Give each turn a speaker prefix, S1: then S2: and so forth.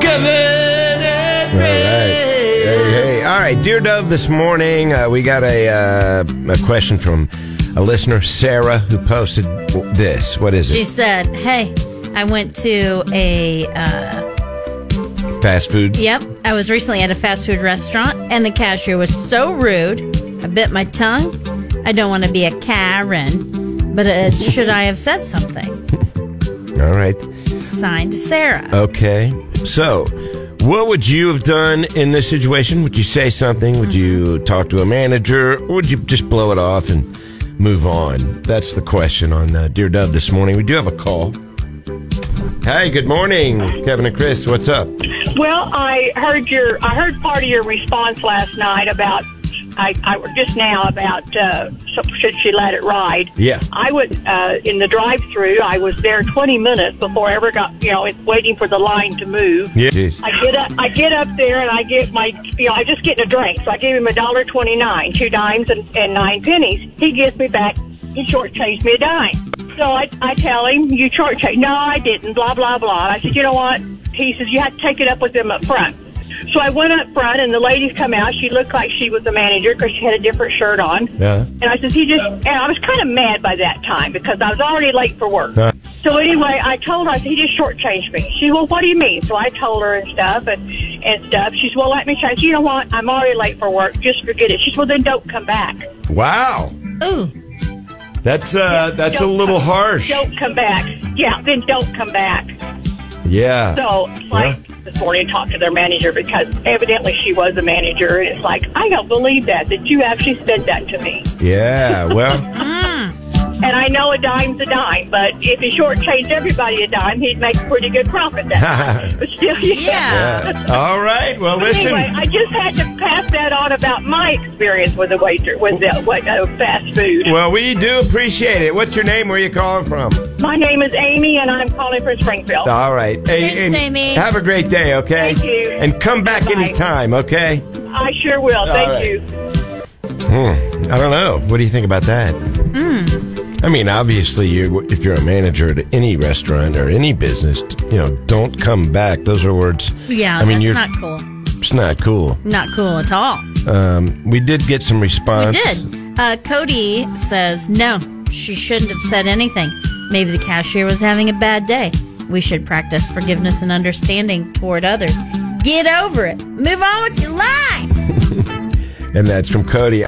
S1: heaven and
S2: All right. Hey, hey. All right, dear Dove. This morning uh, we got a uh, a question from a listener, Sarah, who posted this. What is
S3: She
S2: it?
S3: said, "Hey, I went to a uh,
S2: Fast food.
S3: yep. I was recently at a fast food restaurant, and the cashier was so rude. I bit my tongue. I don't want to be a Karen, but uh, should I have said something?"
S2: All right.
S3: Signed, Sarah.
S2: Okay. So, what would you have done in this situation? Would you say something? Would you talk to a manager? Or would you just blow it off and move on? That's the question on uh, Dear Dove this morning. We do have a call. Hey, good morning, Kevin and Chris. What's up?
S4: Well, I heard your I heard part of your response last night about I, I just now about uh, so- should she let it ride?
S2: Yeah.
S4: I would uh, in the drive-through. I was there 20 minutes before I ever got you know it's waiting for the line to move.
S2: Yeah. Jeez.
S4: I get up, I get up there, and I get my, you know, I just get a drink. So I gave him a dollar twenty nine, two dimes and, and nine pennies. He gives me back. He shortchanged me a dime. So I, I tell him, you shortchanged. No, I didn't. Blah blah blah. And I said, you know what? He says you have to take it up with them up front. So I went up front, and the ladies come out. She looked like she was the manager because she had a different shirt on.
S2: Yeah.
S4: And I says, he just, and I was kind of mad by that time because I was already late for work.
S2: Huh.
S4: So anyway, I told her, I said, he just shortchanged me. She said, well, what do you mean? So I told her and stuff and, and stuff. She said, well, let me change. You know what? I'm already late for work. Just forget it. She said, well, then don't come back.
S2: Wow.
S3: Ooh,
S2: That's uh that's a
S4: Don't
S2: little
S4: come-
S2: harsh.
S4: Don't come back. Yeah, then don't come back.
S2: Yeah.
S4: So it's like this morning, talked to their manager because evidently she was a manager. And it's like, I don't believe that, that you actually said that to me.
S2: Yeah. Well,
S4: And I know a dime's a dime, but if he shortchanged everybody a dime, he'd make a pretty good profit that time. But still, yeah.
S3: yeah.
S2: yeah. All right. Well, listen.
S4: Anyway, I just had to pass that on about my experience with a waiter with the, what, uh, fast food.
S2: Well, we do appreciate it. What's your name? Where are you calling from?
S4: My name is Amy, and I'm calling from Springfield.
S2: All right. Hey,
S3: Thanks,
S2: and
S3: Amy.
S2: Have a great day, okay?
S4: Thank you.
S2: And come back
S4: Bye-bye.
S2: anytime, okay?
S4: I sure will. Thank
S2: right.
S4: you.
S2: I don't know. What do you think about that?
S3: Hmm.
S2: I mean, obviously, you if you're a manager at any restaurant or any business, you know, don't come back. Those are words.
S3: yeah.
S2: I mean,
S3: that's
S2: you're
S3: not cool.
S2: it's not cool.
S3: Not cool at all.
S2: Um, we did get some
S3: We
S2: response.
S3: did. Uh, Cody says, no, she shouldn't have said anything. Maybe the cashier was having a bad day. We should practice forgiveness and understanding toward others. Get over it. Move on with your life.
S2: and that's from Cody.